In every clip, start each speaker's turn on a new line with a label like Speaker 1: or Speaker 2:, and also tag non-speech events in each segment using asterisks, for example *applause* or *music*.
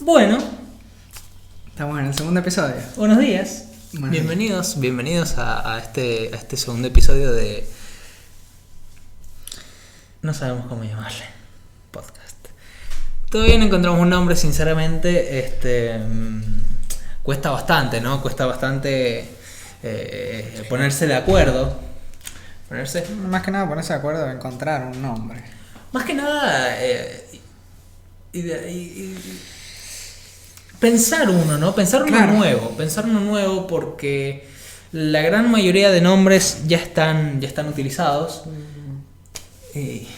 Speaker 1: Bueno,
Speaker 2: Estamos en el segundo episodio.
Speaker 1: buenos días.
Speaker 2: Bueno,
Speaker 3: Bienvenidos, bienvenidos a, a este, a este segundo episodio de No sabemos cómo llamarle podcast. Todavía no encontramos un nombre, sinceramente, este mm, cuesta bastante, ¿no? Cuesta bastante eh, ponerse de acuerdo. Ponerse.
Speaker 2: Más que nada ponerse de acuerdo de encontrar un nombre.
Speaker 3: Más que nada. eh, y- y- y- pensar uno, ¿no? Pensar uno
Speaker 2: Claro.
Speaker 3: nuevo. Pensar uno nuevo porque la gran mayoría de nombres ya están, ya están utilizados. Y.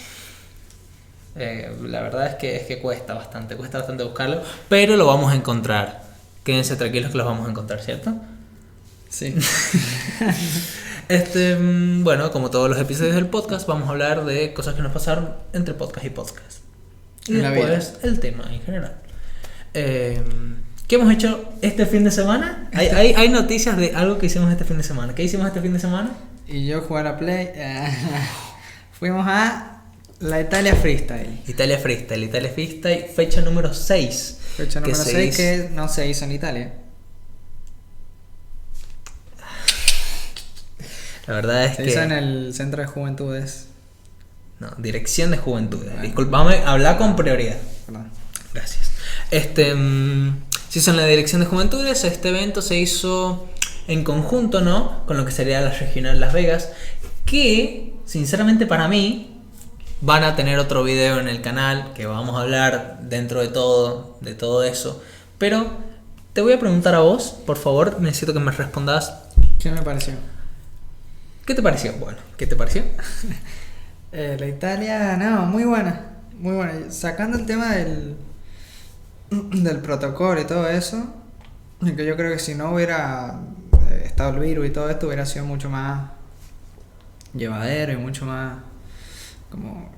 Speaker 3: eh, la verdad es que, es que cuesta bastante, cuesta bastante buscarlo, pero lo vamos a encontrar. Quédense tranquilos que los vamos a encontrar, ¿cierto?
Speaker 2: Sí.
Speaker 3: *laughs* Este, mm, bueno, como todos los episodios del podcast, vamos a hablar de cosas que nos pasaron entre podcast y podcast. Y
Speaker 2: En la
Speaker 3: después el tema en general. Eh, ¿Qué hemos hecho este fin de semana? ¿Hay, hay, hay noticias de algo que hicimos este fin de semana. ¿Qué hicimos este fin de semana?
Speaker 2: Y yo jugar a Play. eh, *laughs* fuimos a la Italia Freestyle.
Speaker 3: Italia Freestyle, Italia Freestyle, fecha número 6.
Speaker 2: Fecha número 6 que no se hizo en Italia.
Speaker 3: La verdad es
Speaker 2: Se
Speaker 3: que...
Speaker 2: hizo en el Centro de Juventudes.
Speaker 3: No, dirección de juventud. Disculpame, habla con prioridad.
Speaker 2: Perdón.
Speaker 3: Gracias. Este, mm, se hizo en la Dirección de Juventudes. Este evento se hizo en conjunto, ¿no? Con lo que sería la regional Las Vegas. Que, sinceramente, para mí, van a tener otro video en el canal que vamos a hablar dentro de todo, de todo eso. Pero te voy a preguntar a vos, por favor, necesito que me respondas.
Speaker 2: ¿Qué me pareció?
Speaker 3: ¿Qué te pareció? Bueno, ¿qué te pareció?
Speaker 2: Eh, la Italia, no, muy buena. Muy buena. Sacando el tema del, *clears throat* del protocolo y todo eso, que yo creo que si no hubiera eh, estado el virus y todo esto, hubiera sido mucho más llevadero y mucho más como,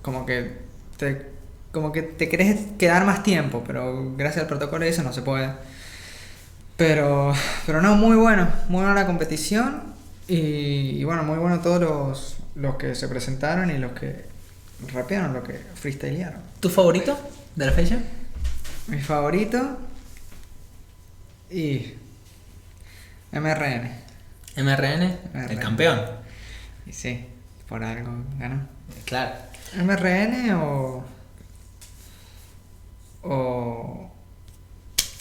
Speaker 2: como que te como que te querés quedar más tiempo, pero gracias al protocolo y eso no se puede. Pero, pero no, muy bueno, muy buena la competición y, y bueno, muy bueno todos los, los que se presentaron y los que rapearon, los que freestylearon.
Speaker 3: ¿Tu favorito de la fecha?
Speaker 2: Mi favorito y MRN.
Speaker 3: MRN, el
Speaker 2: MRN.
Speaker 3: campeón.
Speaker 2: Y sí, por algo ganó.
Speaker 3: Claro.
Speaker 2: MRN o o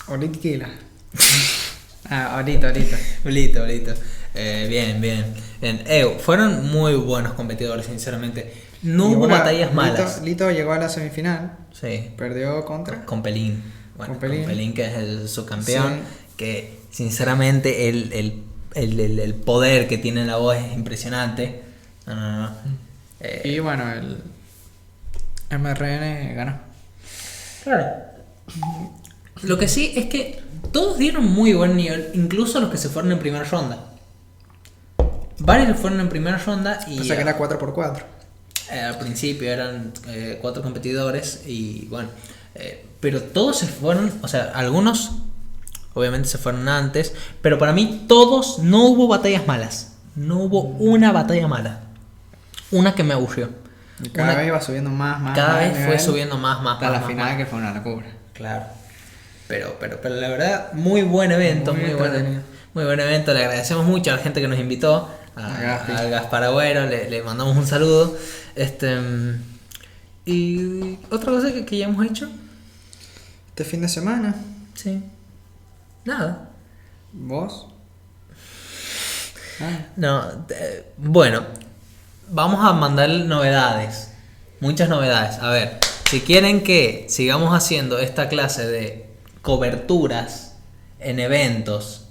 Speaker 2: o Litquila. *laughs* ah, ahorita, ahorita.
Speaker 3: Blito, Blito. Eh, bien, bien. bien. Eh, fueron muy buenos competidores, sinceramente. No
Speaker 2: Y
Speaker 3: hubo
Speaker 2: bueno,
Speaker 3: batallas
Speaker 2: Lito-
Speaker 3: malas.
Speaker 2: Lito, llegó a la semifinal,
Speaker 3: Sí.
Speaker 2: perdió contra.
Speaker 3: Con Pelín. Bueno,
Speaker 2: Con
Speaker 3: con
Speaker 2: Pelín.
Speaker 3: Pelín. que es el subcampeón.
Speaker 2: Sí.
Speaker 3: Que, sinceramente, el, el- el- el- el poder que tiene la voz es impresionante. No, no, no. Eh,
Speaker 2: Y bueno, el MRN ganó.
Speaker 3: Claro. Lo que sí es que todos dieron muy buen nivel, incluso los que se fueron en primera ronda. Varios fueron en primera ronda y...
Speaker 2: O sea que era 4x4.
Speaker 3: Eh, al principio eran eh, cuatro competidores y bueno, eh, pero todos se fueron, o sea, algunos obviamente se fueron antes, pero para mí todos no hubo batallas malas, no hubo
Speaker 2: Mm.
Speaker 3: una batalla mala, una que me aburrió.
Speaker 2: Y cada
Speaker 3: Una-
Speaker 2: vez iba subiendo más, más.
Speaker 3: cada
Speaker 2: más el
Speaker 3: vez fue
Speaker 2: nivel,
Speaker 3: subiendo más, más,
Speaker 2: Hasta
Speaker 3: más,
Speaker 2: la
Speaker 3: más,
Speaker 2: final
Speaker 3: más.
Speaker 2: que fue una locura.
Speaker 3: Claro. Pero, pero, pero la verdad, muy buen evento,
Speaker 2: Muy
Speaker 3: muy, buen,
Speaker 2: entretenido.
Speaker 3: muy buen evento. Le agradecemos mucho a la gente que nos invitó, a,
Speaker 2: A Gaspi.
Speaker 3: a Gaspar Agüero, le, le mandamos un saludo. Este mm, y otra cosa que, que ya hemos hecho,
Speaker 2: Este fin de semana,
Speaker 3: sí. Nada.
Speaker 2: vos. Ah,
Speaker 3: No, eh, bueno, vamos a mandar novedades, muchas novedades. A ver, si quieren que sigamos haciendo esta clase de coberturas en eventos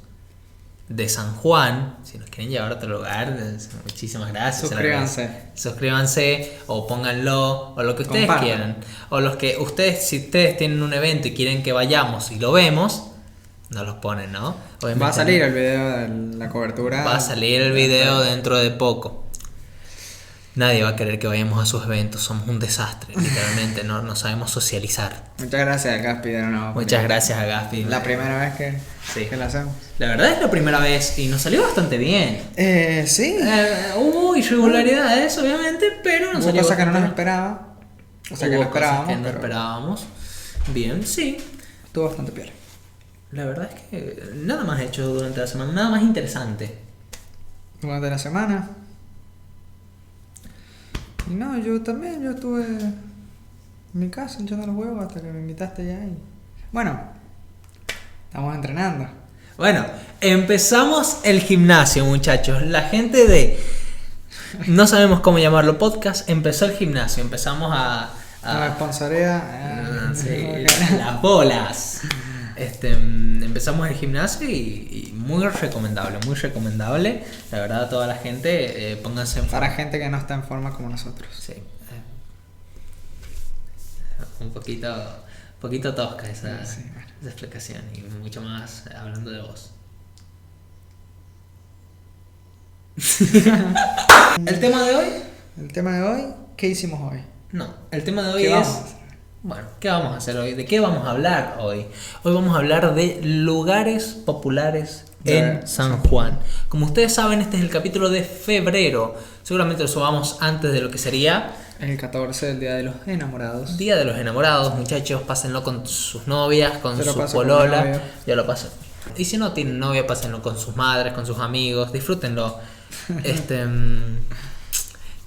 Speaker 3: de San Juan, si nos quieren llevar a otro lugar, eh, muchísimas gracias. se lo
Speaker 2: Suscríbanse.
Speaker 3: agradezco. Suscríbanse o pónganlo o lo que ustedes
Speaker 2: Compartan.
Speaker 3: quieran. O los que ustedes, si ustedes tienen un evento y quieren que vayamos y lo vemos, nos los ponen, ¿no?
Speaker 2: va a
Speaker 3: Obviamente-
Speaker 2: salir el video de la cobertura.
Speaker 3: Pues Va a salir el video dentro de poco. Nadie va a querer que vayamos a sus eventos, somos un
Speaker 2: *laughs*
Speaker 3: desastre, literalmente, no, no sabemos socializar.
Speaker 2: Muchas gracias, Gaspi, de nuevo.
Speaker 3: Muchas gracias a Gaspi.
Speaker 2: La primera vez que,
Speaker 3: Sí.
Speaker 2: que la hacemos.
Speaker 3: La verdad es la primera vez y nos salió bastante bien.
Speaker 2: Eh, sí.
Speaker 3: Eh, hubo irregularidades, obviamente, pero nos
Speaker 2: Hubo
Speaker 3: salió
Speaker 2: cosas que no nos
Speaker 3: bastante
Speaker 2: esperaba. O sea, que
Speaker 3: Hubo
Speaker 2: no esperábamos.
Speaker 3: cosas que no
Speaker 2: pero-
Speaker 3: esperábamos. Bien, sí.
Speaker 2: Estuvo bastante peor.
Speaker 3: La verdad es que nada más he hecho durante la semana, nada más interesante.
Speaker 2: Durante la semana. Y no, yo también, yo estuve en mi casa hinchando los huevos hasta que me invitaste ya y... Bueno, estamos entrenando.
Speaker 3: Bueno, empezamos el gimnasio, muchachos. La gente de. No sabemos cómo llamarlo podcast. Empezó el gimnasio. Empezamos a.
Speaker 2: La eh,
Speaker 3: a- mm,
Speaker 2: esponsorea...
Speaker 3: Ah. Sí, *laughs* las bolas. Este, mm, empezamos el gimnasio y, y muy recomendable, muy recomendable. La verdad, toda la gente, eh, pónganse en
Speaker 2: Para gente que no está en forma como nosotros.
Speaker 3: Sí. eh, Un poquito, un poquito tosca esa,
Speaker 2: Sí, bueno.
Speaker 3: esa explicación y mucho más hablando de
Speaker 2: *laughs*
Speaker 3: vos. ¿El tema de hoy?
Speaker 2: El tema de hoy, ¿qué hicimos hoy?
Speaker 3: No, el tema de hoy
Speaker 2: ¿Qué
Speaker 3: es...
Speaker 2: vamos a hacer?
Speaker 3: Bueno, ¿qué vamos a hacer hoy? ¿De qué vamos a hablar hoy? Hoy vamos a hablar de lugares populares
Speaker 2: De
Speaker 3: en San Juan. Como ustedes saben, este es el capítulo de febrero. Seguramente lo subamos antes de lo que sería
Speaker 2: El 14 del Día de los Enamorados.
Speaker 3: Día de los enamorados, muchachos, pásenlo con sus novias, con
Speaker 2: Yo lo
Speaker 3: su
Speaker 2: paso con mi
Speaker 3: polola.
Speaker 2: novia.
Speaker 3: Yo lo paso. Y si no tienen novia, pásenlo con sus madres, con sus amigos,
Speaker 2: *laughs*
Speaker 3: disfrútenlo. Este, mm,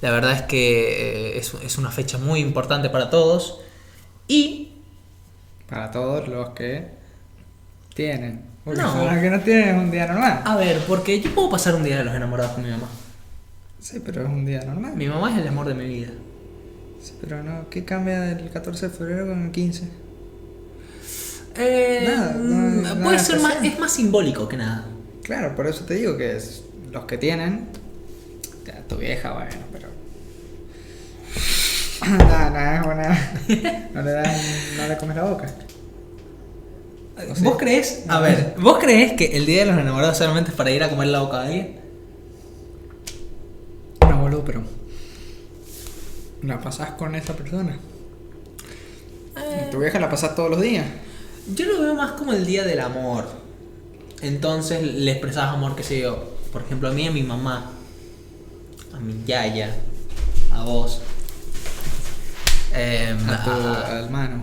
Speaker 3: la verdad es que eh, es, es una fecha muy importante para todos. Y
Speaker 2: Para todos los que tienen. Porque
Speaker 3: No.
Speaker 2: para los que no tienen es un día normal.
Speaker 3: a ver, porque yo puedo pasar un día de los enamorados con mi mamá.
Speaker 2: Sí, pero es un día normal.
Speaker 3: Mi mamá es el amor de mi vida.
Speaker 2: Sí, pero no, ¿qué cambia del 14 de febrero con el 15?
Speaker 3: Eh,
Speaker 2: Nada, no
Speaker 3: mm,
Speaker 2: hay
Speaker 3: puede
Speaker 2: nada
Speaker 3: ser más,
Speaker 2: especial.
Speaker 3: es más simbólico que nada.
Speaker 2: Claro, por eso te digo que es los que tienen. Ya, tu vieja, bueno, pero. *laughs* Nada, nada, bueno. *laughs* No le, das, no le comes la boca. O sea,
Speaker 3: ¿Vos crees? A ver, ¿vos crees que el día de los enamorados solamente es para ir a comer la boca a alguien?
Speaker 2: No, boludo, pero. La pasás con esa persona.
Speaker 3: Eh.
Speaker 2: Y Tu vieja la pasás todos los días.
Speaker 3: Yo lo veo más como el día del amor. Entonces le expresabas amor, qué sé yo. Por ejemplo, a mí, a mi mamá, a mi yaya, a vos, em,
Speaker 2: A tu
Speaker 3: a-
Speaker 2: hermano,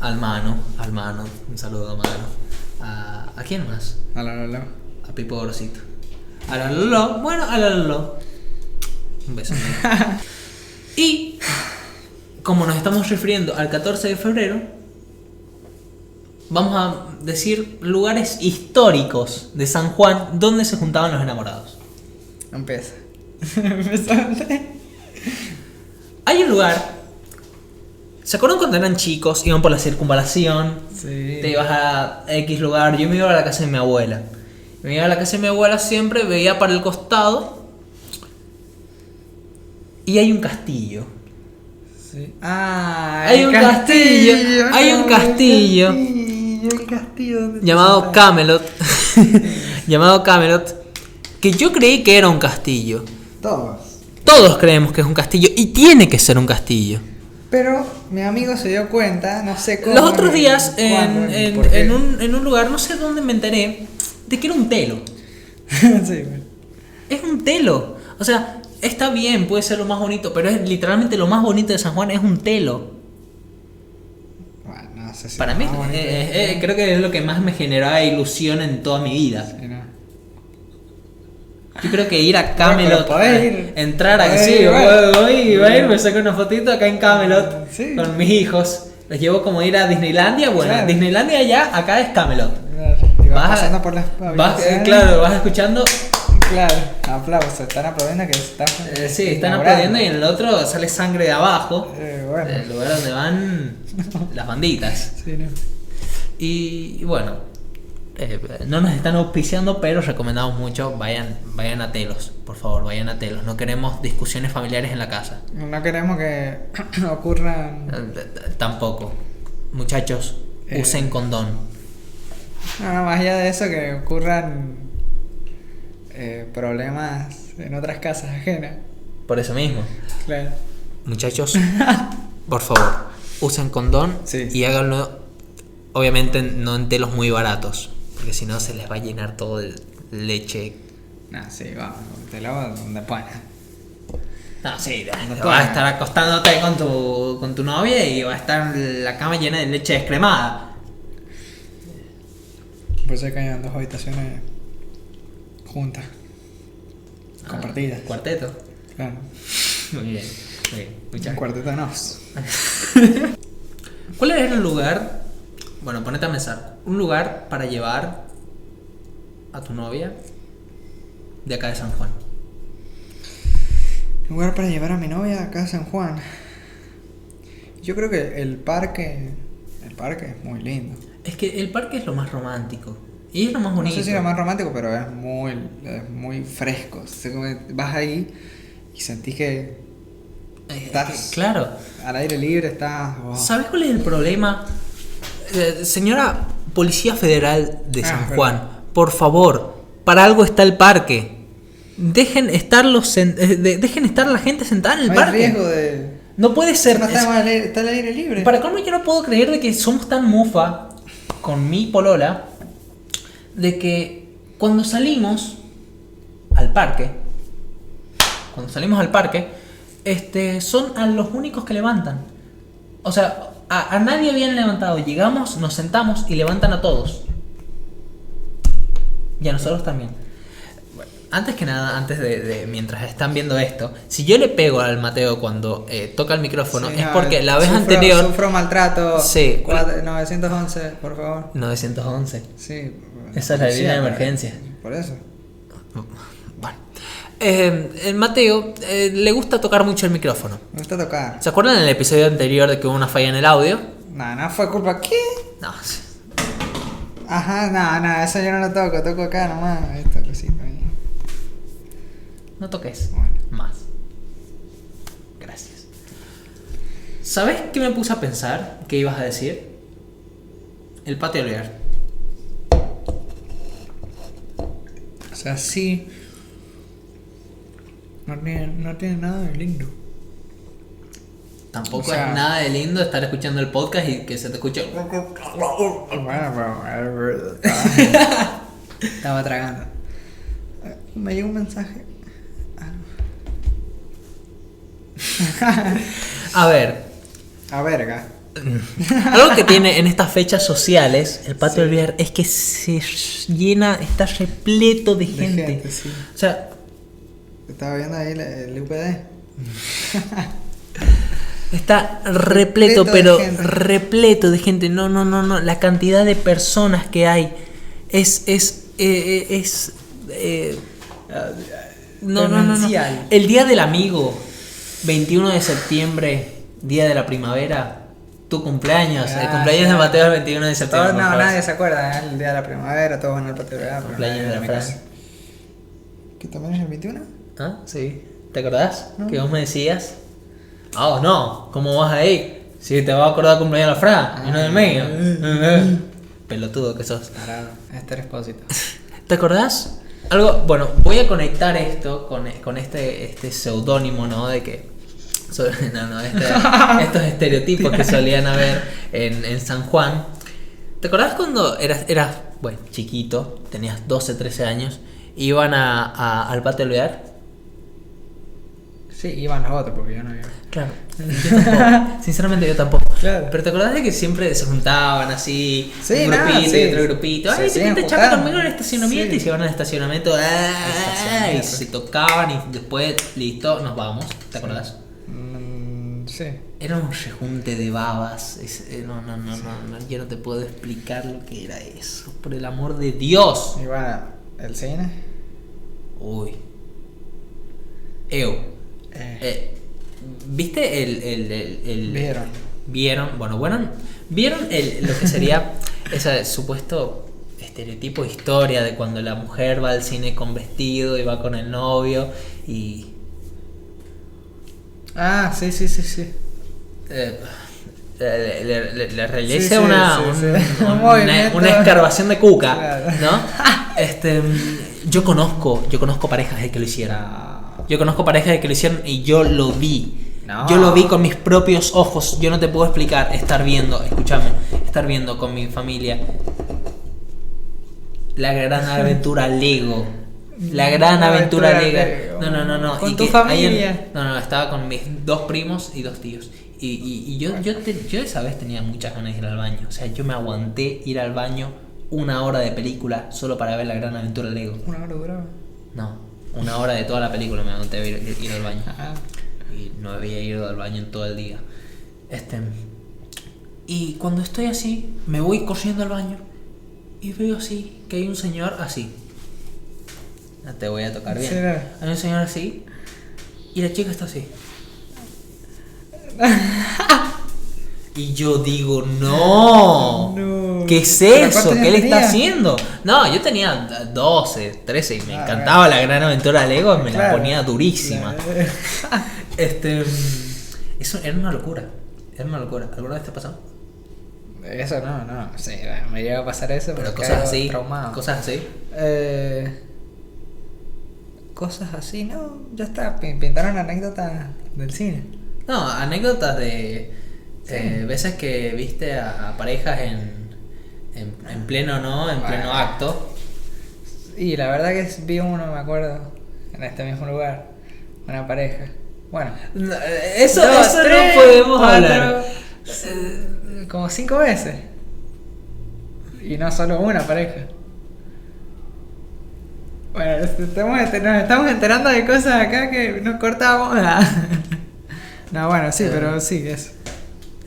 Speaker 3: al mano, al mano, un saludo a mano. ¿A, ¿a quién más?
Speaker 2: a la Lola.
Speaker 3: A Pipo Gorosito. A la Lolo, bueno, a la Lolo. Un beso. amigo. y como nos estamos refiriendo al 14 de febrero, vamos a decir lugares históricos de San Juan donde se juntaban los enamorados.
Speaker 2: Empieza. *laughs* Empezaste.
Speaker 3: Hay un lugar. ¿Se acuerdan cuando eran chicos? Iban por la circunvalación,
Speaker 2: Sí.
Speaker 3: te ibas a X lugar. Yo me iba a la casa de mi abuela. Me iba a la casa de mi abuela siempre, veía para el costado. Y hay un castillo.
Speaker 2: Sí. Ah,
Speaker 3: Hay
Speaker 2: el
Speaker 3: un castillo, hay un
Speaker 2: el
Speaker 3: castillo.
Speaker 2: castillo, El castillo donde te
Speaker 3: Llamado
Speaker 2: sentás.
Speaker 3: Camelot. *laughs* llamado Camelot. Que yo creí que era un castillo.
Speaker 2: Todos.
Speaker 3: Todos creemos que es un castillo y tiene que ser un castillo.
Speaker 2: Pero mi amigo se dio cuenta, no sé cómo.
Speaker 3: Los otros
Speaker 2: ni
Speaker 3: días,
Speaker 2: cuándo,
Speaker 3: en,
Speaker 2: ni
Speaker 3: en-
Speaker 2: por qué.
Speaker 3: en un, en un lugar, no sé dónde me enteré, de que era un telo.
Speaker 2: *laughs* sí, bueno.
Speaker 3: Es un telo. O sea, está bien, puede ser lo más bonito, pero es literalmente lo más bonito de San Juan es un telo.
Speaker 2: Bueno, no sé si
Speaker 3: Para
Speaker 2: es
Speaker 3: mí,
Speaker 2: más bonito.
Speaker 3: eh, eh, eh, creo que es lo que más me generaba ilusión en toda mi vida.
Speaker 2: Sí, no.
Speaker 3: Yo creo que ir a
Speaker 2: Bueno,
Speaker 3: Camelot,
Speaker 2: pero podés ir.
Speaker 3: a entrar a
Speaker 2: Podés
Speaker 3: sí,
Speaker 2: ir,
Speaker 3: voy,
Speaker 2: bueno. Mm,
Speaker 3: voy, voy a ir, me saco una fotito acá en Camelot
Speaker 2: Sí.
Speaker 3: con mis hijos. Los llevo como ir a Disneylandia, bueno,
Speaker 2: Claro.
Speaker 3: Disneylandia allá, acá es Camelot.
Speaker 2: Y vas,
Speaker 3: a-
Speaker 2: pasando por las
Speaker 3: vas, eh,
Speaker 2: habitaciones.
Speaker 3: Claro, vas escuchando
Speaker 2: Claro. Aplausos, están aplaudiendo que se están.
Speaker 3: Eh, sí, están
Speaker 2: inaugurando.
Speaker 3: aplaudiendo y en el otro sale sangre de abajo.
Speaker 2: Eh, bueno.
Speaker 3: El lugar donde van las banditas.
Speaker 2: Sí, no.
Speaker 3: Y, y bueno, eh, no nos están auspiciando, pero recomendamos mucho, vayan, vayan a telos, por favor, vayan a telos. No queremos discusiones familiares en la casa.
Speaker 2: No queremos que *clears throat* ocurran.
Speaker 3: Eh, t- Tampoco. Muchachos,
Speaker 2: Eh.
Speaker 3: usen condón.
Speaker 2: No, no, más allá de eso, que ocurran eh, problemas en otras casas ajenas.
Speaker 3: Por eso mismo.
Speaker 2: Claro. *laughs*
Speaker 3: Muchachos, por favor, usen condón
Speaker 2: Sí.
Speaker 3: y háganlo, obviamente no en telos muy baratos, porque si no se les va a llenar todo de leche.
Speaker 2: No, sí, vamos, te lo hago donde pueda.
Speaker 3: No, sí,
Speaker 2: No
Speaker 3: vas a
Speaker 2: tomen.
Speaker 3: estar acostándote con tu, con tu novia y va a estar la cama llena de leche descremada.
Speaker 2: Por eso que hayan dos habitaciones juntas.
Speaker 3: Ah,
Speaker 2: Compartidas.
Speaker 3: Cuarteto.
Speaker 2: Claro.
Speaker 3: Muy bien. Muy bien. Muchas
Speaker 2: Un
Speaker 3: gracias.
Speaker 2: cuarteto de nos.
Speaker 3: ¿Cuál era el lugar? Bueno, ponete a pensar. Un lugar para llevar a tu novia de acá de San Juan.
Speaker 2: Lugar para llevar a mi novia acá a San Juan. Yo creo que el parque. El parque es muy lindo.
Speaker 3: Es que el parque es lo más romántico. Y es lo más
Speaker 2: No
Speaker 3: bonito.
Speaker 2: sé si era más romántico, pero es muy, es muy fresco. O sea, como que vas ahí y sentís que
Speaker 3: Eh, eh,
Speaker 2: Estás-
Speaker 3: claro.
Speaker 2: al aire libre estás. oh.
Speaker 3: ¿Sabes cuál es el problema? Eh, señora Policía Federal de
Speaker 2: Ah,
Speaker 3: San
Speaker 2: perdón.
Speaker 3: Juan, por favor, para algo está el parque. Dejen estar, los sen- eh, de- dejen estar la gente sentada en el
Speaker 2: no hay
Speaker 3: parque.
Speaker 2: riesgo de.
Speaker 3: No puede ser.
Speaker 2: No
Speaker 3: es-
Speaker 2: está, eh. al aire, está al aire libre.
Speaker 3: Para colmo yo no puedo creer de que somos tan mufa con mi polola de que cuando salimos al parque, cuando salimos al parque, este, son a los únicos que levantan. O sea, a, a nadie habían levantado. Llegamos, nos sentamos y levantan a todos. Y a nosotros también. Bueno, Antes que nada, antes de, de- mientras están viendo esto, si yo le pego al Mateo cuando eh, toca el micrófono,
Speaker 2: Sí,
Speaker 3: es
Speaker 2: no,
Speaker 3: porque la vez
Speaker 2: sufro-
Speaker 3: anterior
Speaker 2: Sufro maltrato.
Speaker 3: Sí.
Speaker 2: Cuatro- 911, por favor.
Speaker 3: 911.
Speaker 2: Sí.
Speaker 3: Esa es la
Speaker 2: policía,
Speaker 3: línea de
Speaker 2: por-
Speaker 3: emergencia.
Speaker 2: Por eso.
Speaker 3: Bueno. Eh, el Mateo eh, le gusta tocar mucho el micrófono.
Speaker 2: Me gusta tocar.
Speaker 3: ¿Se acuerdan del episodio anterior de que hubo una falla en el audio?
Speaker 2: Nada, no fue culpa. ¿Qué?
Speaker 3: No.
Speaker 2: Ajá, nada, nada, eso yo no lo toco. Toco acá nomás. Esta cosita ahí.
Speaker 3: No toques.
Speaker 2: Bueno.
Speaker 3: Más. Gracias. ¿Sabes qué me puse a pensar? ¿Qué ibas a decir? El patio alvear.
Speaker 2: O sea, sí. No tiene, no tiene nada de lindo.
Speaker 3: Tampoco
Speaker 2: O sea-
Speaker 3: es nada de lindo estar escuchando el podcast y que se te escuche.
Speaker 2: Bueno, pero. Estaba, estaba tragando. Me llegó un mensaje.
Speaker 3: A ver,
Speaker 2: A Ah, verga.
Speaker 3: Algo que tiene en estas fechas sociales el patio del Villar es que se llena, está repleto de
Speaker 2: De
Speaker 3: gente.
Speaker 2: gente, sí.
Speaker 3: O sea,
Speaker 2: Estaba viendo ahí el, el UPD.
Speaker 3: está repleto,
Speaker 2: Repleto de
Speaker 3: pero
Speaker 2: gente.
Speaker 3: repleto de gente. No, no, no, no. La cantidad de personas que hay es. es. eh, eh, es. eh, no, no, no, no.
Speaker 2: Demencial.
Speaker 3: El día del amigo, 21 de septiembre, día de la primavera. Tu cumpleaños, el
Speaker 2: Ah,
Speaker 3: cumpleaños
Speaker 2: sí.
Speaker 3: de Mateo el 21 de septiembre.
Speaker 2: Todo, Oh, no,
Speaker 3: por favor.
Speaker 2: nadie se acuerda, ¿eh? el día de la primavera, todos van al patio de verano, pero
Speaker 3: pues. Cumpleaños
Speaker 2: nadie
Speaker 3: de la
Speaker 2: me
Speaker 3: Fran.
Speaker 2: conoce. ¿Que también es el 21?
Speaker 3: ¿Ah? Sí. ¿Te acordás?
Speaker 2: No.
Speaker 3: Que vos me decías. Ah, oh, no. ¿Cómo vas ahí? Si te vas a acordar cumpleaños de la Fran y no del mío.
Speaker 2: Ah.
Speaker 3: *laughs* Pelotudo que sos.
Speaker 2: Parado, este expósito.
Speaker 3: ¿Te acordás? Algo, bueno, voy a conectar esto con, con este, este seudónimo, ¿no? De que. so- *laughs* no, no, este- estos estereotipos que solían haber en, en San Juan. ¿Te acordás cuando eras, eras, bueno, chiquito, tenías 12, 13 años, iban a, a- al patio del Alvear?
Speaker 2: Sí, iban los otros porque yo no iba.
Speaker 3: Claro. Yo tampoco. Sinceramente yo tampoco.
Speaker 2: Claro.
Speaker 3: Pero te acordás de que siempre se juntaban así,
Speaker 2: Sí,
Speaker 3: un
Speaker 2: nada,
Speaker 3: grupito
Speaker 2: sí.
Speaker 3: y otro grupito.
Speaker 2: Se
Speaker 3: Ay, te
Speaker 2: siguen
Speaker 3: gente chapa
Speaker 2: juntando.
Speaker 3: conmigo en el estacionamiento
Speaker 2: Sí.
Speaker 3: y se iban al estacionamiento. ah, Y
Speaker 2: Estacionamiento.
Speaker 3: se tocaban y después, listo, nos vamos. ¿Te acordás?
Speaker 2: Mm, sí.
Speaker 3: Era un rejunte de babas. es- eh, no, no, no, no, no, Yo no te puedo explicar lo que era eso. Por el amor de Dios.
Speaker 2: Iban al cine.
Speaker 3: Uy. Ew.
Speaker 2: Eh,
Speaker 3: Eh, ¿Viste el, el, el, el-
Speaker 2: Vieron.
Speaker 3: Vieron, bueno, bueno, vieron el- lo que
Speaker 2: *laughs*
Speaker 3: sería ese supuesto estereotipo historia de cuando la mujer va al cine con vestido y va con el novio y
Speaker 2: Ah, sí, sí, sí, sí.
Speaker 3: eh, le, le- le- le realiza
Speaker 2: Sí, sí,
Speaker 3: una,
Speaker 2: sí,
Speaker 3: un-
Speaker 2: sí. Un
Speaker 3: una-
Speaker 2: movimiento.
Speaker 3: una escarbación de cuca,
Speaker 2: Claro. *laughs*
Speaker 3: ¿no? Este, yo conozco, yo conozco parejas de que lo hicieron.
Speaker 2: No.
Speaker 3: Yo conozco parejas de que lo hicieron y yo lo vi.
Speaker 2: No.
Speaker 3: Yo lo vi con mis propios ojos. Yo no te puedo explicar estar viendo, escúchame, estar viendo con mi familia la
Speaker 2: *laughs*
Speaker 3: gran aventura Lego. La gran
Speaker 2: La
Speaker 3: aventura,
Speaker 2: aventura
Speaker 3: Lego.
Speaker 2: Lego.
Speaker 3: No, no, no, no.
Speaker 2: Con tu
Speaker 3: ahí en-
Speaker 2: familia.
Speaker 3: no, no, estaba con mis dos primos y dos tíos. Y, y- y yo, yo, te- yo esa vez tenía muchas ganas de ir al baño. O sea, yo me aguanté ir al baño una hora de película solo para ver la gran aventura Lego.
Speaker 2: Una hora duraba.
Speaker 3: No, una hora de toda la película me aguanté a ir, ir- ir al baño.
Speaker 2: Ah,
Speaker 3: Y no había ido al baño en todo el día. Este. Y cuando estoy así, me voy corriendo al baño y veo así que hay un señor así. No te voy a tocar bien.
Speaker 2: ¿Será?
Speaker 3: Hay un señor así y la chica está
Speaker 2: *laughs*
Speaker 3: así. Y yo digo, no.
Speaker 2: No.
Speaker 3: ¿Qué es
Speaker 2: ¿Pero
Speaker 3: eso?
Speaker 2: cuántos
Speaker 3: ¿Qué le
Speaker 2: años
Speaker 3: está
Speaker 2: tenía?
Speaker 3: haciendo? No, yo tenía 12, 13 y me
Speaker 2: Ah,
Speaker 3: encantaba la gran aventura Lego, me la
Speaker 2: claro.
Speaker 3: ponía durísima.
Speaker 2: La-
Speaker 3: *laughs* Este. mm, Eso era una locura. Era una locura. ¿Alguna vez te ha pasado?
Speaker 2: Eso no, no. Sí, me llega a pasar eso,
Speaker 3: Pero
Speaker 2: pero
Speaker 3: cosas así.
Speaker 2: Traumado.
Speaker 3: Cosas así.
Speaker 2: Eh, cosas así, ¿no? Ya está, pin- pintaron anécdotas del cine.
Speaker 3: No, anécdotas de. eh, veces que viste a, a parejas en, en, en pleno, ¿no? En pleno
Speaker 2: Ah.
Speaker 3: acto.
Speaker 2: Y la verdad que es- vi uno, me acuerdo, en este mismo lugar, una pareja. Bueno,
Speaker 3: No, eh, Eso,
Speaker 2: dos,
Speaker 3: eso
Speaker 2: tres,
Speaker 3: no podemos
Speaker 2: cuatro,
Speaker 3: hablar.
Speaker 2: eh, como cinco veces. Y no solo una pareja. Bueno, est- estamos enter- nos estamos enterando de cosas acá que nos cortábamos. *laughs* No, bueno, sí, pero sí, eso.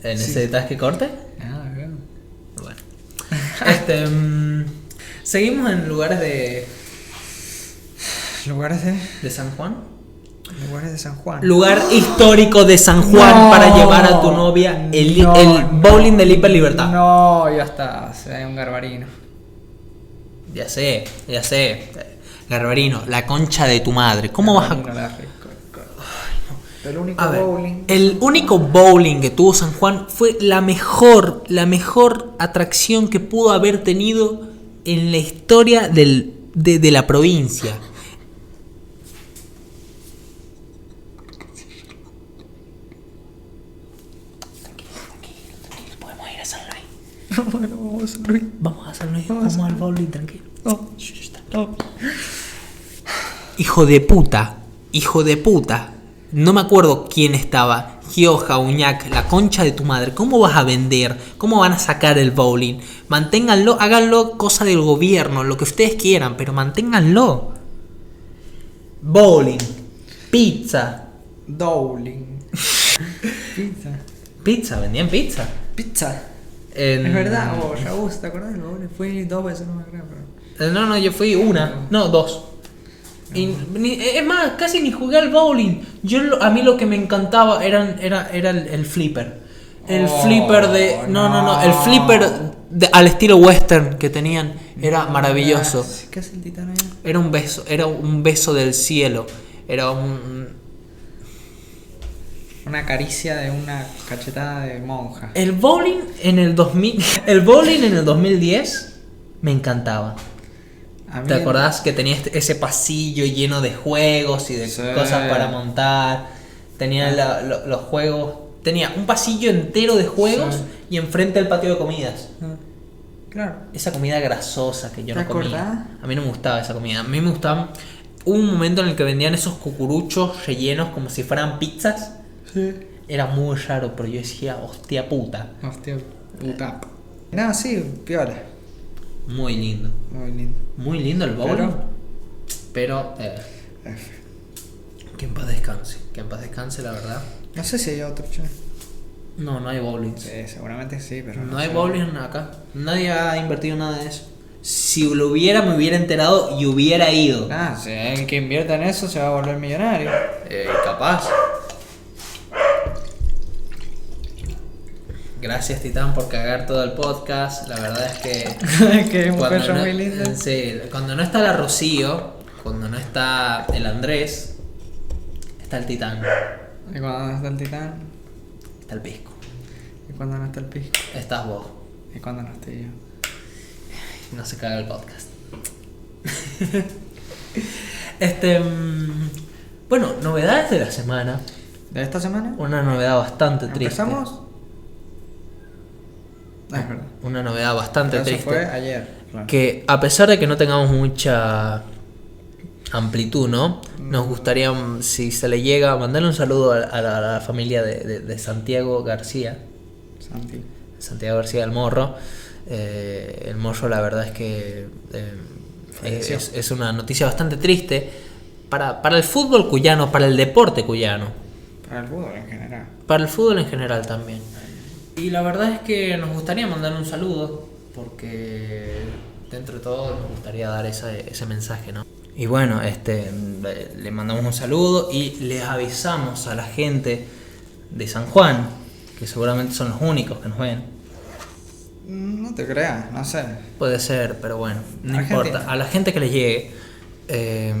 Speaker 3: ¿Eh,
Speaker 2: Sí.
Speaker 3: ¿Necesitas que corte?
Speaker 2: Ah, bueno.
Speaker 3: Bueno. *laughs* Este, mm, seguimos en lugares de,
Speaker 2: Lugares de.
Speaker 3: de San Juan.
Speaker 2: Lugares de San Juan.
Speaker 3: Lugar histórico de San Juan
Speaker 2: No,
Speaker 3: para llevar a tu novia el,
Speaker 2: no,
Speaker 3: el bowling
Speaker 2: no,
Speaker 3: del Hiper Libertad.
Speaker 2: No, ya está, se da un garbarino.
Speaker 3: Ya sé, ya sé. Garbarino, la concha de tu madre. ¿Cómo vas a.?
Speaker 2: Garbarino, la fe- co- co- El único
Speaker 3: A ver,
Speaker 2: bowling.
Speaker 3: el único bowling que tuvo San Juan fue la mejor, la mejor atracción que pudo haber tenido en la historia del- de, de la provincia. Podemos ir a San Luis.
Speaker 2: No, *laughs* bueno, vamos, Luis.
Speaker 3: Vamos a San Luis,
Speaker 2: Vamos a
Speaker 3: vamos
Speaker 2: San
Speaker 3: al bowling, tranquilo.
Speaker 2: No, no.
Speaker 3: Hijo de puta, hijo de puta. No me acuerdo quién estaba. Gioja, Uñac, la concha de tu madre. ¿Cómo vas a vender? ¿Cómo van a sacar el bowling? Manténganlo, háganlo cosa del gobierno, lo que ustedes quieran, pero manténganlo. Bowling, pizza.
Speaker 2: Bowling. Pizza.
Speaker 3: Pizza, vendían pizza. Mm.
Speaker 2: Pizza.
Speaker 3: En-
Speaker 2: Es verdad, oh, Raúl, ¿te acuerdas del bowling? Fui dos veces, no me acuerdo, pero.
Speaker 3: Eh, No, no, yo fui una, no, dos. Y
Speaker 2: Ah.
Speaker 3: ni- eh, es más, casi ni jugué al bowling. Yo lo- a mí lo que me encantaba eran, era, era el, el flipper. El
Speaker 2: Oh,
Speaker 3: flipper de. No, no, no. El
Speaker 2: no.
Speaker 3: flipper de- al estilo western que tenían era maravilloso.
Speaker 2: Ah, ¿Qué hace el titán allá?
Speaker 3: Era un beso, era un beso del cielo. Era un.
Speaker 2: Una caricia de una cachetada de monja.
Speaker 3: El bowling en el 2000. *laughs* El bowling en el 2010 me encantaba.
Speaker 2: A mí
Speaker 3: ¿Te
Speaker 2: el-
Speaker 3: acordás que tenía este- ese pasillo lleno de juegos y de
Speaker 2: Sí. Ah.
Speaker 3: cosas para montar? Tenía la- lo- los juegos. Tenía un pasillo entero de juegos
Speaker 2: Sí.
Speaker 3: y enfrente el patio de comidas.
Speaker 2: Ah, Claro.
Speaker 3: Esa comida grasosa que yo
Speaker 2: ¿Te
Speaker 3: no comía.
Speaker 2: acordás?
Speaker 3: A mí no me gustaba esa comida. A mí me gustaban. Hubo un momento en el que vendían esos cucuruchos rellenos como si fueran pizzas.
Speaker 2: Sí.
Speaker 3: Era muy raro, pero yo decía, hostia puta.
Speaker 2: Hostia, puta. No, sí, piola.
Speaker 3: Muy lindo.
Speaker 2: Muy lindo.
Speaker 3: Muy lindo el bowling.
Speaker 2: Pero-
Speaker 3: Pero. eh,
Speaker 2: F.
Speaker 3: que en paz descanse. Que en paz descanse, la verdad.
Speaker 2: No sé si hay otro, che.
Speaker 3: No, no hay bowlings.
Speaker 2: Sí, seguramente sí, pero.
Speaker 3: No hay
Speaker 2: sé.
Speaker 3: bowling acá. Nadie ha invertido nada de eso. Si lo hubiera, me hubiera enterado y hubiera ido.
Speaker 2: Ah, si el que invierta en eso se va a volver
Speaker 3: *laughs*
Speaker 2: millonario. *laughs*
Speaker 3: Eh, capaz. Gracias, Titán, por cagar todo el podcast. La verdad es que.
Speaker 2: que es un perro
Speaker 3: no,
Speaker 2: muy lindo.
Speaker 3: sí, cuando no está la Rocío, cuando no está el Andrés, está el Titán,
Speaker 2: Y cuando no está el titán,
Speaker 3: está el Pisco,
Speaker 2: y cuando no está el pisco,
Speaker 3: estás vos.
Speaker 2: y cuando no estoy yo.
Speaker 3: No se caga el podcast. *laughs* este. mm, Bueno, novedades de la semana.
Speaker 2: ¿De esta semana?
Speaker 3: Una novedad bastante triste.
Speaker 2: ¿Empezamos? Ah, es verdad.
Speaker 3: Una novedad bastante
Speaker 2: Pero eso
Speaker 3: triste.
Speaker 2: fue ayer. claro.
Speaker 3: Que a pesar de que no tengamos mucha amplitud, ¿no? Nos gustaría, mm, si se le llega, mandarle un saludo a, a la, a la familia de, de- de Santiago García.
Speaker 2: Santi.
Speaker 3: Santiago García del Morro. Eh, el Moyo, la verdad es que eh,
Speaker 2: Falleció.
Speaker 3: es, es una noticia bastante triste para, para el fútbol cuyano, para el deporte cuyano,
Speaker 2: Para el fútbol en general.
Speaker 3: para el fútbol en general también. Y la verdad es que nos gustaría mandar un saludo, porque dentro de todo nos gustaría dar esa- ese mensaje, ¿no? Y bueno, este, le- le mandamos un saludo y les avisamos a la gente de San Juan, que seguramente son los únicos que nos ven.
Speaker 2: Mm, No te creas, no sé.
Speaker 3: Puede ser, pero bueno, no
Speaker 2: Argentina.
Speaker 3: importa. A la gente que les llegue, eh,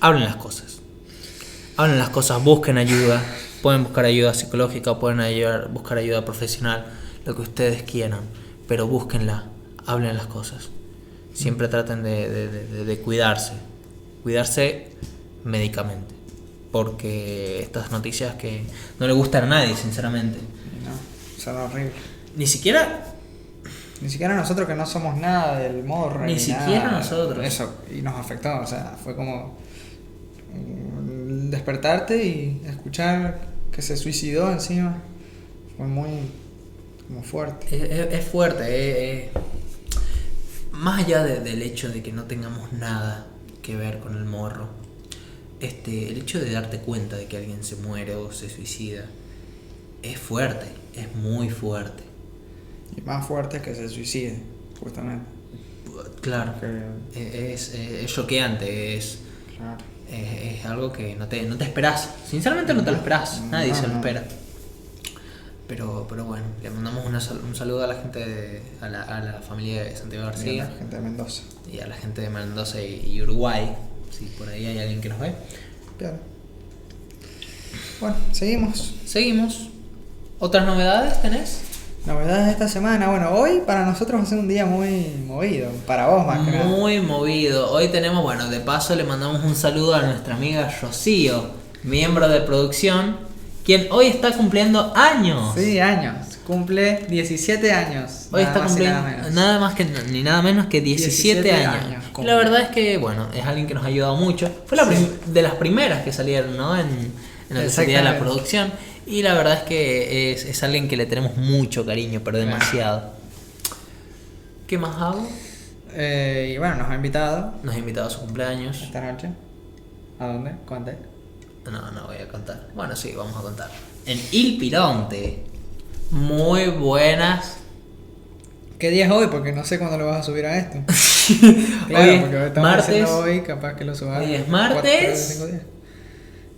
Speaker 3: hablen las cosas. Hablen las cosas, busquen ayuda. Pueden buscar ayuda psicológica, pueden ayudar- buscar ayuda profesional, lo que ustedes quieran. Pero búsquenla, hablen las cosas. Siempre traten de, de- de- de- de cuidarse. Cuidarse médicamente. Porque estas noticias que no le gustan a nadie, sinceramente.
Speaker 2: No, son horribles.
Speaker 3: Ni siquiera
Speaker 2: Ni siquiera nosotros que no somos nada del morro.
Speaker 3: Ni siquiera
Speaker 2: nada,
Speaker 3: nosotros.
Speaker 2: Eso, y nos afectó, o sea, fue como mm, despertarte y escuchar que se suicidó encima. Fue muy como fuerte.
Speaker 3: Es, es- es fuerte, eh, eh. más allá de- del hecho de que no tengamos nada que ver con el morro, este, el hecho de darte cuenta de que alguien se muere o se suicida es fuerte, es muy fuerte.
Speaker 2: Y más fuerte que se suicide, justamente.
Speaker 3: Claro,
Speaker 2: Que-
Speaker 3: eh, es eh, es choqueante, es,
Speaker 2: claro.
Speaker 3: es, es algo que no te, no te esperas. Sinceramente no te lo esperas,
Speaker 2: No,
Speaker 3: nadie se lo
Speaker 2: no.
Speaker 3: espera. Pero, pero bueno, le mandamos una sal- un saludo a la gente, de- a, la, a la familia de Santiago
Speaker 2: Mira,
Speaker 3: García.
Speaker 2: la gente de Mendoza.
Speaker 3: y a la gente de Mendoza y, y Uruguay, si por ahí hay alguien que nos ve.
Speaker 2: Claro. Bueno, seguimos.
Speaker 3: Seguimos. ¿Otras novedades tenés?
Speaker 2: Novedades de esta semana. Bueno, hoy para nosotros va a ser un día muy movido. Para vos más que nada.
Speaker 3: Muy movido. Hoy tenemos, bueno, de paso le mandamos un saludo a nuestra amiga Rocío, miembro de producción, quien hoy está cumpliendo años.
Speaker 2: Sí, años. Cumple 17 años.
Speaker 3: Hoy
Speaker 2: nada
Speaker 3: está
Speaker 2: más y
Speaker 3: cumpliendo
Speaker 2: nada
Speaker 3: nada,
Speaker 2: menos.
Speaker 3: más que ni nada menos que 17,
Speaker 2: 17
Speaker 3: años.
Speaker 2: años
Speaker 3: Y
Speaker 2: cumple.
Speaker 3: la verdad es que, bueno, es alguien que nos ha ayudado mucho. Fue la prim- de las primeras que salieron, ¿no? En, en lo que sería la
Speaker 2: Exactamente.
Speaker 3: producción. Y la verdad es que es, es alguien que le tenemos mucho cariño, pero
Speaker 2: Claro.
Speaker 3: demasiado. ¿Qué más hago?
Speaker 2: Eh, y bueno, nos ha invitado
Speaker 3: Nos ha invitado a su cumpleaños.
Speaker 2: esta noche. ¿A dónde? ¿Cuánto?
Speaker 3: No, no voy a contar. Bueno, sí, vamos a contar. En Il Pironte. Muy buenas.
Speaker 2: ¿Qué día es hoy? Porque no sé cuándo lo vas a subir a esto.
Speaker 3: Hoy
Speaker 2: Claro,
Speaker 3: es
Speaker 2: porque hoy estamos
Speaker 3: martes.
Speaker 2: haciendo hoy, capaz que lo subas.
Speaker 3: Hoy es
Speaker 2: en
Speaker 3: martes.
Speaker 2: cuatro, cinco días.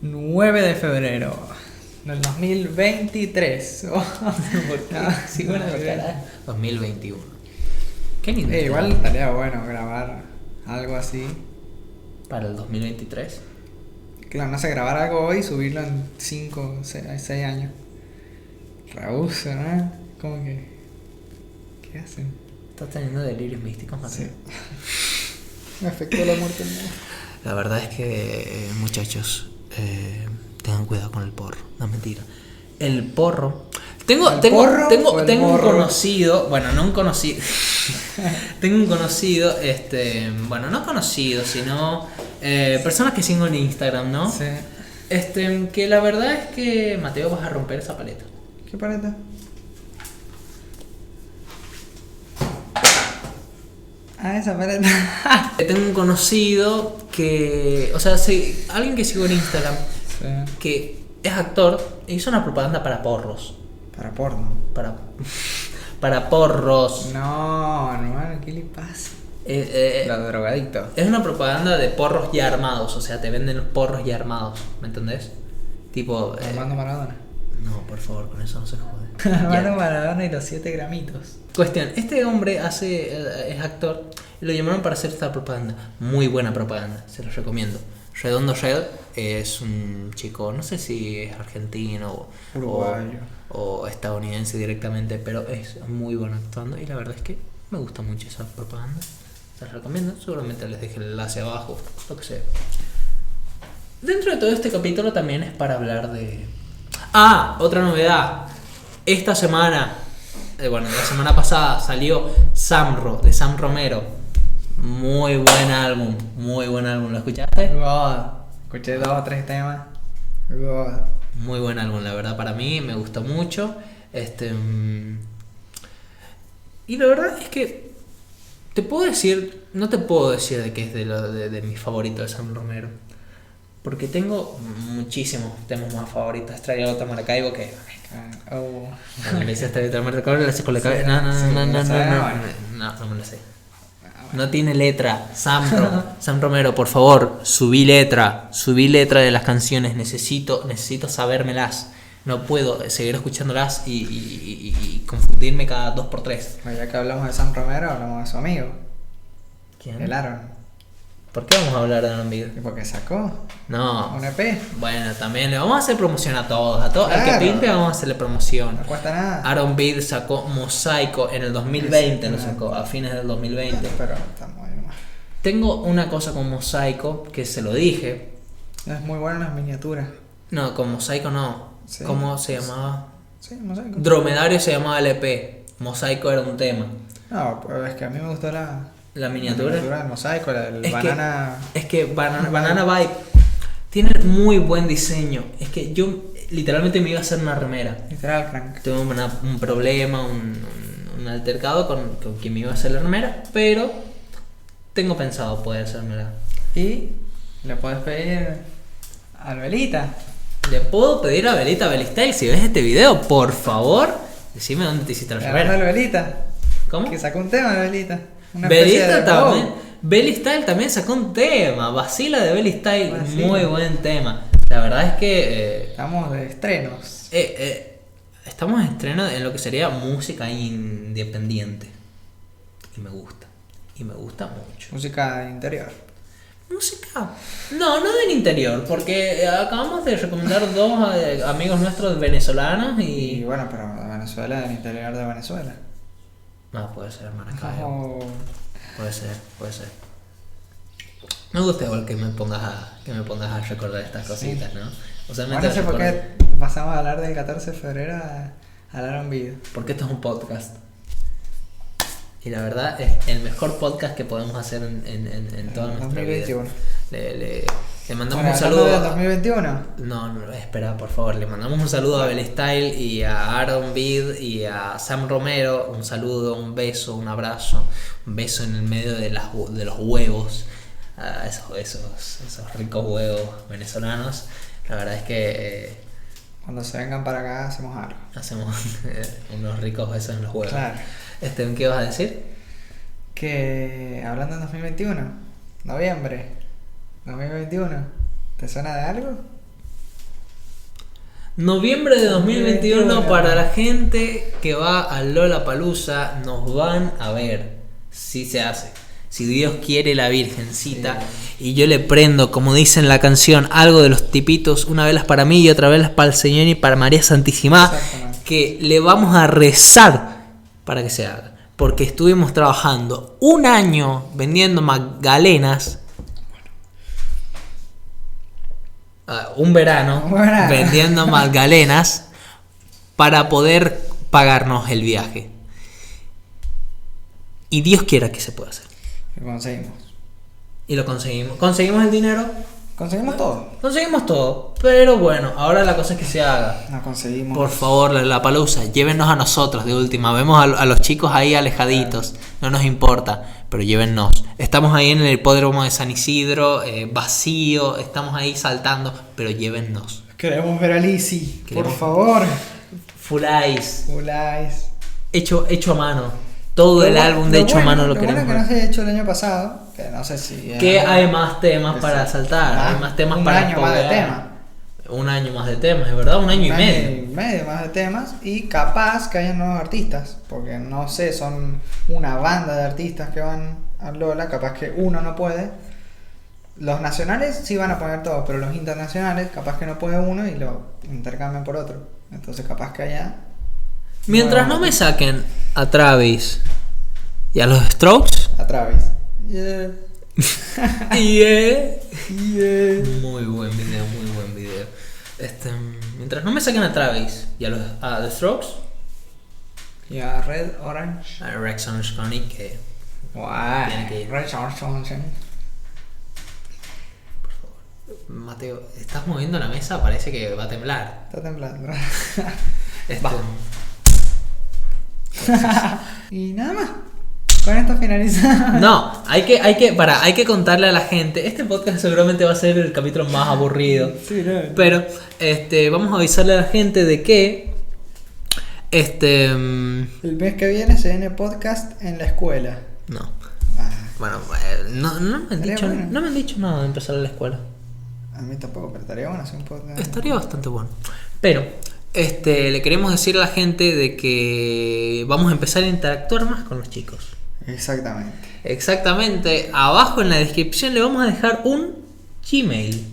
Speaker 2: 9 de febrero del *laughs* 2023.
Speaker 3: *laughs* ¿Por qué?
Speaker 2: Ah,
Speaker 3: Sí, bueno,
Speaker 2: muy bien.
Speaker 3: carajo. 2021. Qué lindo.
Speaker 2: Eh, igual
Speaker 3: está.
Speaker 2: estaría bueno grabar algo así.
Speaker 3: Para el 2023.
Speaker 2: Claro, no sé, grabar algo hoy y subirlo en 5, 6 años. Rabuso, ¿no? Como que. ¿Qué hacen?
Speaker 3: Estás teniendo delirios místicos, Mateo.
Speaker 2: *laughs* Me afectó la muerte. ¿no?
Speaker 3: La verdad es que, eh, muchachos, eh, tengan cuidado con el porro. No mentira. El porro. Tengo,
Speaker 2: ¿El
Speaker 3: tengo,
Speaker 2: porro o
Speaker 3: tengo,
Speaker 2: el
Speaker 3: tengo un
Speaker 2: morro?
Speaker 3: conocido, bueno, no un *laughs* conocido. tengo un conocido, este, bueno, no conocido, sino eh, personas que siguen en Instagram, ¿no?
Speaker 2: Sí.
Speaker 3: Este, que la verdad es que, Mateo, vas a romper esa paleta.
Speaker 2: ¿Qué paleta? Ah, esa paleta.
Speaker 3: Eh, Tengo un conocido que, o sea, sí, alguien que sigo en Instagram,
Speaker 2: *laughs* Sí.
Speaker 3: que es actor, e hizo una propaganda para porros.
Speaker 2: Para porno.
Speaker 3: Para, *laughs* para porros.
Speaker 2: No, hermano, ¿qué le pasa?
Speaker 3: Eh, eh,
Speaker 2: Los drogadictos.
Speaker 3: es una propaganda de porros ya armados, o sea, te venden porros ya armados, ¿me entendés? Tipo... eh,
Speaker 2: Armando Maradona.
Speaker 3: no, por favor, con eso no se jode.
Speaker 2: *laughs* Armando
Speaker 3: Ya.
Speaker 2: Maradona y los 7 gramitos.
Speaker 3: Cuestión, este hombre hace eh, es actor y lo llamaron para hacer esta propaganda. Muy buena propaganda, se los recomiendo. Redondo Red eh, es un chico, no sé si es argentino o,
Speaker 2: Uruguayo.
Speaker 3: o, o estadounidense directamente, pero es muy bueno actuando y la verdad es que me gusta mucho esa propaganda. Se los recomiendo, seguramente les deje el enlace abajo, lo que sea. Dentro de todo este capítulo también es para hablar de... Ah, otra novedad. Esta semana, eh, bueno, la semana pasada salió Samro, de Sam Romero. Muy buen álbum, muy buen álbum, ¿lo escuchaste?
Speaker 2: God. Escuché dos o tres temas. God.
Speaker 3: Muy buen álbum, la verdad, para mí, me gustó mucho. Este, mm, Y la verdad es que te puedo decir, no te puedo decir de que es de, lo, de, de mi favorito de San Romero. Porque tengo muchísimos temas más favoritos. Estrella Gota Maracaibo que...
Speaker 2: Ah, oh.
Speaker 3: Cuando le hice Estrella Gota Maracaibo le hice con la cabeza. No, no,
Speaker 2: Sí,
Speaker 3: no, no,
Speaker 2: sí,
Speaker 3: no,
Speaker 2: sí,
Speaker 3: no, no,
Speaker 2: Ah, bueno. Ah,
Speaker 3: no, no me lo sé. No tiene letra, Sam,
Speaker 2: *laughs*
Speaker 3: Ro- Sam Romero, por favor, subí letra, subí letra de las canciones, necesito, necesito sabérmelas, no puedo seguir escuchándolas y, y- y- y confundirme cada dos por tres.
Speaker 2: Bueno, Pues ya que hablamos de Sam Romero, hablamos de su amigo, el Aaron.
Speaker 3: ¿Por qué vamos a hablar de Aaron Beard?
Speaker 2: Y porque sacó
Speaker 3: No.
Speaker 2: un E EP,
Speaker 3: Bueno, también le vamos a hacer promoción a todos, a todos, al
Speaker 2: Claro.
Speaker 3: que pinte vamos a hacerle promoción.
Speaker 2: no cuesta nada.
Speaker 3: Aaron Beard sacó Mosaico en el 2020, lo sacó, a fines del 2020.
Speaker 2: Pero estamos ahí nomás.
Speaker 3: Tengo una cosa con Mosaico que se lo dije,
Speaker 2: No es muy bueno las miniaturas.
Speaker 3: No, con Mosaico no.
Speaker 2: Sí.
Speaker 3: ¿Cómo se llamaba?
Speaker 2: Sí, mosaico.
Speaker 3: Dromedario se llamaba LP. Mosaico era un tema.
Speaker 2: No, pero es que a mí me gustó la,
Speaker 3: La
Speaker 2: la
Speaker 3: miniatura.
Speaker 2: miniatura del mosaico, la del
Speaker 3: Es que-
Speaker 2: banana.
Speaker 3: Es que Banana, Banana Vibe tiene muy buen diseño. Es que yo eh, literalmente me iba a hacer una remera.
Speaker 2: Literal, Frank.
Speaker 3: Tuve una- un problema, un, un- un altercado con, con quien me iba a hacer la remera, pero tengo pensado poder hacérmela.
Speaker 2: Y le puedes pedir a Belita.
Speaker 3: Le puedo pedir a Belita Belistel, si ves este video, por favor, decime dónde te hiciste la
Speaker 2: Hablando
Speaker 3: remera.
Speaker 2: de Belita.
Speaker 3: ¿Cómo?
Speaker 2: Que sacó un tema de Belita. Una especie
Speaker 3: Belista
Speaker 2: de
Speaker 3: también.
Speaker 2: bow.
Speaker 3: Belly Style también sacó un tema. Vacila de Belly Style.
Speaker 2: Vacila.
Speaker 3: Muy buen tema. La verdad es que. eh,
Speaker 2: Estamos de estrenos.
Speaker 3: eh, eh, estamos en estreno en lo que sería música independiente. Y me gusta. Y me gusta mucho.
Speaker 2: Música de interior.
Speaker 3: Música. No, no del interior. Porque eh, acabamos de recomendar dos eh, amigos nuestros venezolanos
Speaker 2: Y
Speaker 3: y.
Speaker 2: bueno, pero de Venezuela, del interior de Venezuela.
Speaker 3: No, puede ser Maracaibo.
Speaker 2: Ojo.
Speaker 3: Puede ser, puede ser. Me gusta igual que me pongas a, que me pongas a recordar estas cositas, ¿no? O sea,
Speaker 2: Bueno, no sé por qué pasamos a hablar del 14 de febrero a, a Aaron Video.
Speaker 3: porque esto es un podcast. Y la verdad es el mejor podcast que podemos hacer en, en, en, en toda nuestra vida.
Speaker 2: 2021.
Speaker 3: Le, le, le mandamos un
Speaker 2: Bueno, hablando
Speaker 3: saludo.
Speaker 2: del
Speaker 3: a-
Speaker 2: 2021.
Speaker 3: No, no, espera, por favor. Le mandamos un saludo a Bel Style y a Aaron Bid y a Sam Romero. Un saludo, un beso, un abrazo. Un beso en el medio de, las, hu- de los huevos. A esos, esos, esos ricos huevos venezolanos. La verdad es que eh,
Speaker 2: Cuando se vengan para acá hacemos algo.
Speaker 3: hacemos *laughs* eh, unos ricos besos en los huevos.
Speaker 2: Claro.
Speaker 3: Este, ¿Qué vas a decir?
Speaker 2: Que hablando en 2021, noviembre, 2021, ¿te suena de algo?
Speaker 3: Noviembre de 2021
Speaker 2: 2021.
Speaker 3: para la gente que va a Lola Palusa nos van a ver si se hace. Si Dios quiere la Virgencita y yo le prendo, como dice en la canción, algo de los tipitos, una vela es para mí y otra vela es para el Señor y para María Santísima,
Speaker 2: Exactamente.
Speaker 3: que le vamos a rezar para que se haga. Porque estuvimos trabajando un año vendiendo magdalenas ah, un verano
Speaker 2: Un verano.
Speaker 3: vendiendo magdalenas para poder pagarnos el viaje. Y Dios quiera que se pueda hacer.
Speaker 2: Y conseguimos.
Speaker 3: Y lo conseguimos. Conseguimos el dinero,
Speaker 2: Conseguimos todo.
Speaker 3: conseguimos todo. Pero bueno, ahora la cosa es que se haga.
Speaker 2: No conseguimos.
Speaker 3: Por favor, la, la palusa, llévennos a nosotros de última. Vemos a, a los chicos ahí alejaditos, no nos importa, pero llévennos. Estamos ahí en el hipódromo de San Isidro, eh, vacío, estamos ahí saltando, pero llévennos.
Speaker 2: Queremos ver a Lizzie.
Speaker 3: Queremos-
Speaker 2: Por favor.
Speaker 3: Full ice.
Speaker 2: Ulais.
Speaker 3: hecho, hecho a mano. Todo el
Speaker 2: Lo bu-
Speaker 3: álbum de
Speaker 2: lo
Speaker 3: hecho
Speaker 2: bueno-
Speaker 3: a mano lo, queremos.
Speaker 2: Bueno que
Speaker 3: ver.
Speaker 2: no se ha hecho el año pasado, que no sé si.
Speaker 3: que
Speaker 2: eh,
Speaker 3: hay más temas para
Speaker 2: Exacto.
Speaker 3: saltar, hay
Speaker 2: Ah,
Speaker 3: más temas
Speaker 2: un
Speaker 3: para
Speaker 2: año más de
Speaker 3: explorar.
Speaker 2: temas.
Speaker 3: Un año más de temas, es verdad, un año y medio.
Speaker 2: medio más de temas y capaz que haya nuevos artistas, porque no sé, son una banda de artistas que van a Lola, capaz que uno no puede. Los nacionales sí van a poner todos, pero los internacionales capaz que no puede uno y lo intercambian por otro. Entonces capaz que allá...
Speaker 3: Mientras no me saquen a Travis y a los Strokes,
Speaker 2: *laughs* A Travis. Yeah.
Speaker 3: yeah.
Speaker 2: Yeah.
Speaker 3: eh. Muy buen video, muy buen video. Este, mientras no me saquen a Travis y a los a The Strokes,
Speaker 2: Y a Red Orange.
Speaker 3: a Rex Orange County, que
Speaker 2: Guay.
Speaker 3: Tiene que ir.
Speaker 2: Red Orange.
Speaker 3: Mateo, estás moviendo la mesa, parece que va a temblar.
Speaker 2: Está temblando.
Speaker 3: Este,
Speaker 2: *laughs* y nada más. Con esto finalizamos.
Speaker 3: No, hay que, hay que, para, hay que contarle a la gente. Este podcast seguramente va a ser el capítulo más aburrido.
Speaker 2: Sí, no.
Speaker 3: Pero, este, vamos a avisarle a la gente de que. Este. mm,
Speaker 2: El mes que viene se viene podcast en la escuela.
Speaker 3: No.
Speaker 2: Ah,
Speaker 3: Bueno, eh, no, no me han
Speaker 2: Estaría
Speaker 3: dicho,
Speaker 2: bueno.
Speaker 3: no me han dicho nada de empezar la escuela.
Speaker 2: a mí tampoco, pero estaría bueno hacer un podcast.
Speaker 3: Estaría bastante bueno. Pero, este, le queremos decir a la gente de que vamos a empezar a interactuar más con los chicos.
Speaker 2: Exactamente.
Speaker 3: Exactamente. Abajo en la descripción le vamos a dejar un Gmail.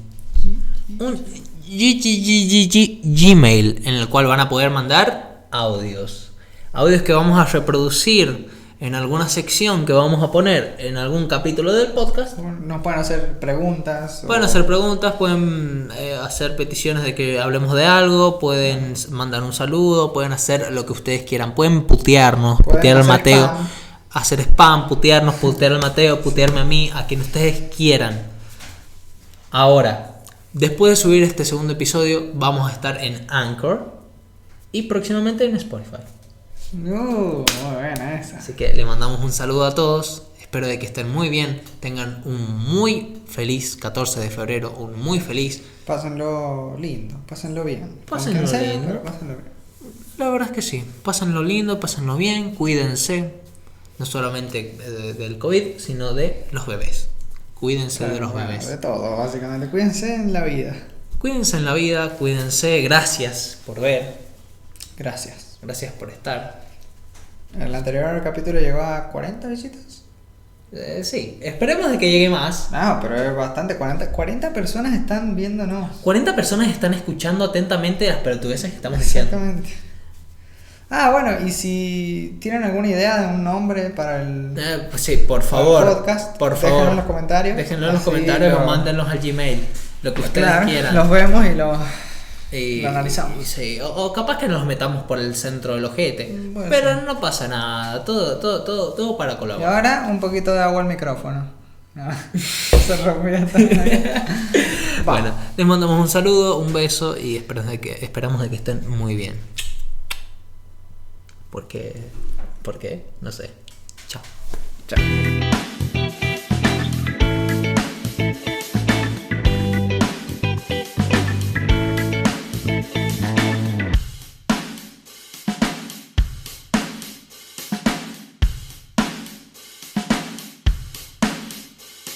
Speaker 3: Un G- G- G- G- G- Gmail en el cual van a poder mandar audios. Audios que vamos a reproducir en alguna sección que vamos a poner en algún capítulo del podcast.
Speaker 2: Nos pueden hacer preguntas. o-
Speaker 3: Pueden hacer preguntas, pueden eh, hacer peticiones de que hablemos de algo, pueden s- mandar un saludo, pueden hacer lo que ustedes quieran, pueden putearnos,
Speaker 2: Pueden
Speaker 3: putear al
Speaker 2: hacer
Speaker 3: Mateo,
Speaker 2: spam.
Speaker 3: hacer spam, putearnos, putear al Mateo, putearme a mí, a quien ustedes quieran. Ahora, después de subir este segundo episodio, vamos a estar en Anchor y próximamente en Spotify.
Speaker 2: Uh, muy buena esa.
Speaker 3: Así que le mandamos un saludo a todos. Espero de que estén muy bien, tengan un muy feliz 14 de febrero, un muy feliz
Speaker 2: Pásenlo lindo, pásenlo bien.
Speaker 3: Pásenlo
Speaker 2: Aunque no sea,
Speaker 3: lindo.
Speaker 2: pero pásenlo bien.
Speaker 3: La verdad es que sí. Pásenlo lindo, pásenlo bien, cuídense. No solamente eh, del COVID, sino de los bebés. Cuídense de los
Speaker 2: Bueno,
Speaker 3: bebés.
Speaker 2: De todo, básicamente. Cuídense en la vida.
Speaker 3: Cuídense en la vida, cuídense. Gracias por ver.
Speaker 2: Gracias.
Speaker 3: Gracias por estar.
Speaker 2: El anterior capítulo llegó a 40 visitas.
Speaker 3: Eh, sí, esperemos de que llegue más.
Speaker 2: No, pero es bastante. 40, 40 personas están viéndonos.
Speaker 3: 40 personas están escuchando atentamente las pelotudeces que estamos diciendo.
Speaker 2: Exactamente. Ah, bueno, y si tienen alguna idea de un nombre para el
Speaker 3: Eh, pues sí, por
Speaker 2: para el
Speaker 3: favor.
Speaker 2: podcast,
Speaker 3: por
Speaker 2: déjenlo
Speaker 3: favor.
Speaker 2: en los comentarios.
Speaker 3: Déjenlo en los
Speaker 2: Así
Speaker 3: comentarios
Speaker 2: lo-
Speaker 3: o mándenlos al Gmail. Lo que ustedes
Speaker 2: Claro,
Speaker 3: quieran.
Speaker 2: los vemos y los.
Speaker 3: Y,
Speaker 2: Lo analizamos.
Speaker 3: Eh, y sí, O, o capaz que nos metamos por el centro del ojete.
Speaker 2: Bueno,
Speaker 3: pero
Speaker 2: sí.
Speaker 3: no pasa nada. Todo, todo, todo, todo para
Speaker 2: Y
Speaker 3: colaborar.
Speaker 2: ahora un poquito de agua al micrófono.
Speaker 3: *laughs*
Speaker 2: No, *laughs* se rompió hasta- Va.
Speaker 3: Bueno, les mandamos un saludo, un beso y esperamos de que, esperamos de que estén muy bien. Porque. ¿Por qué? No sé. Chao.
Speaker 2: Chao.